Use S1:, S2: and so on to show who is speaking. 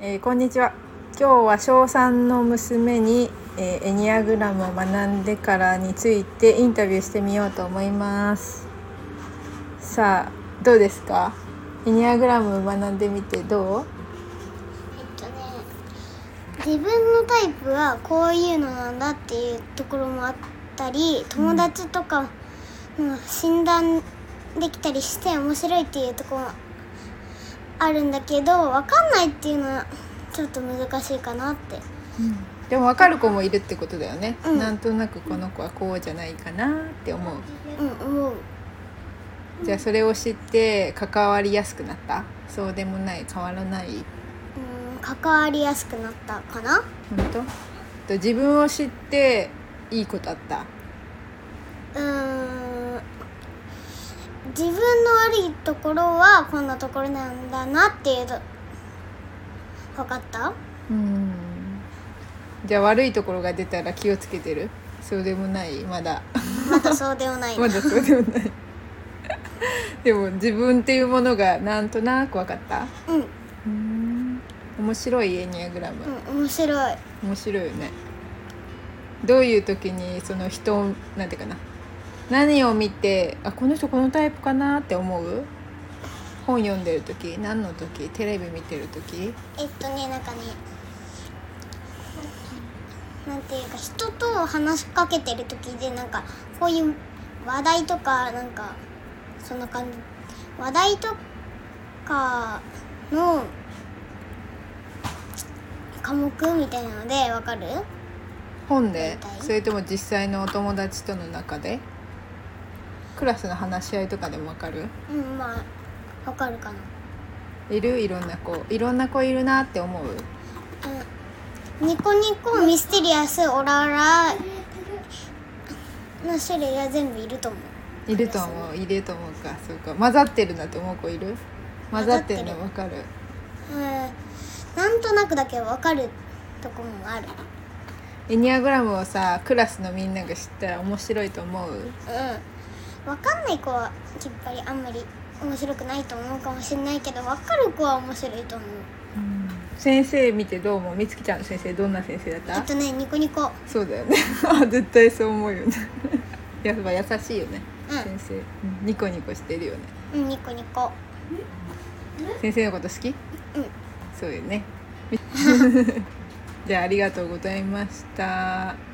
S1: えーこんにちは今日は小3の娘に、えーエニアグラムを学んでからについてインタビューしてみようと思いますさあどうですかエニアグラム学んでみてど
S2: えっとね自分のタイプはこういうのなんだっていうところもあったり友達とかの診断できたりして面白いっていうところもあるんだけど分かんないっていうのはちょっと難しいかなって
S1: う、でも分かる子もいるってことだよね、
S2: うん
S1: なんとなくこの子はこうじゃないかなって思う
S2: うん思う
S1: じゃあそれを知って関わりやすくなったそうでもない変わらない
S2: うん関わりやすくなったかな
S1: 本当と自分を知っていいことあった
S2: うーん自分の悪いところはこんなところなんだなっていうと分かった
S1: うんじゃあ悪いところが出たら気をつけてるそうでもないまだ
S2: まだそうではない
S1: まだそうでもないでも自分っていうものがなんとなく分かった
S2: うん、う
S1: うん面白いエニアグラム、
S2: ん、面白い
S1: 面白いよねどういう時にその人をなんていうかな何を見てあこの人このタイプかなって思う本読んでる時何の時テレビ見てる時
S2: えっとねなんかねなんていうか人と話しかけてる時でなんかこういう話題とかなんかそんな感じ話題とかの科目みたいなのでわかる
S1: 本で
S2: 大体
S1: それとも実際のお友達との中でクラスの話し合いとかでもわかる
S2: うんまあわかるかない
S1: るいろんな子いろんな子いるなって思う
S2: うんニコニコミステリアスオラオラの種類が全部いると思う
S1: いると思ういると思うかそうか混ざってるなって思う子いる混ざってるのわかる
S2: うんなんとなくだけ分かるとこもある
S1: エニアグラムをさクラスのみんなが知ったら面白いと思う
S2: うん分かんない子はきっぱりあんまり面白くないと思うかもしれないけど分かる子は面白いと思う
S1: 先生見てどう思うみつきちゃんの先生どんな先生だっ
S2: え
S1: た
S2: っとねニコニコ
S1: そうだよね あ絶対そう思うよね やっぱ優しいよね、
S2: うん
S1: 先生、うんニコニコしてるよね
S2: うんニコニコ
S1: 先生のこと好き
S2: うん
S1: そうよねじゃあありがとうございました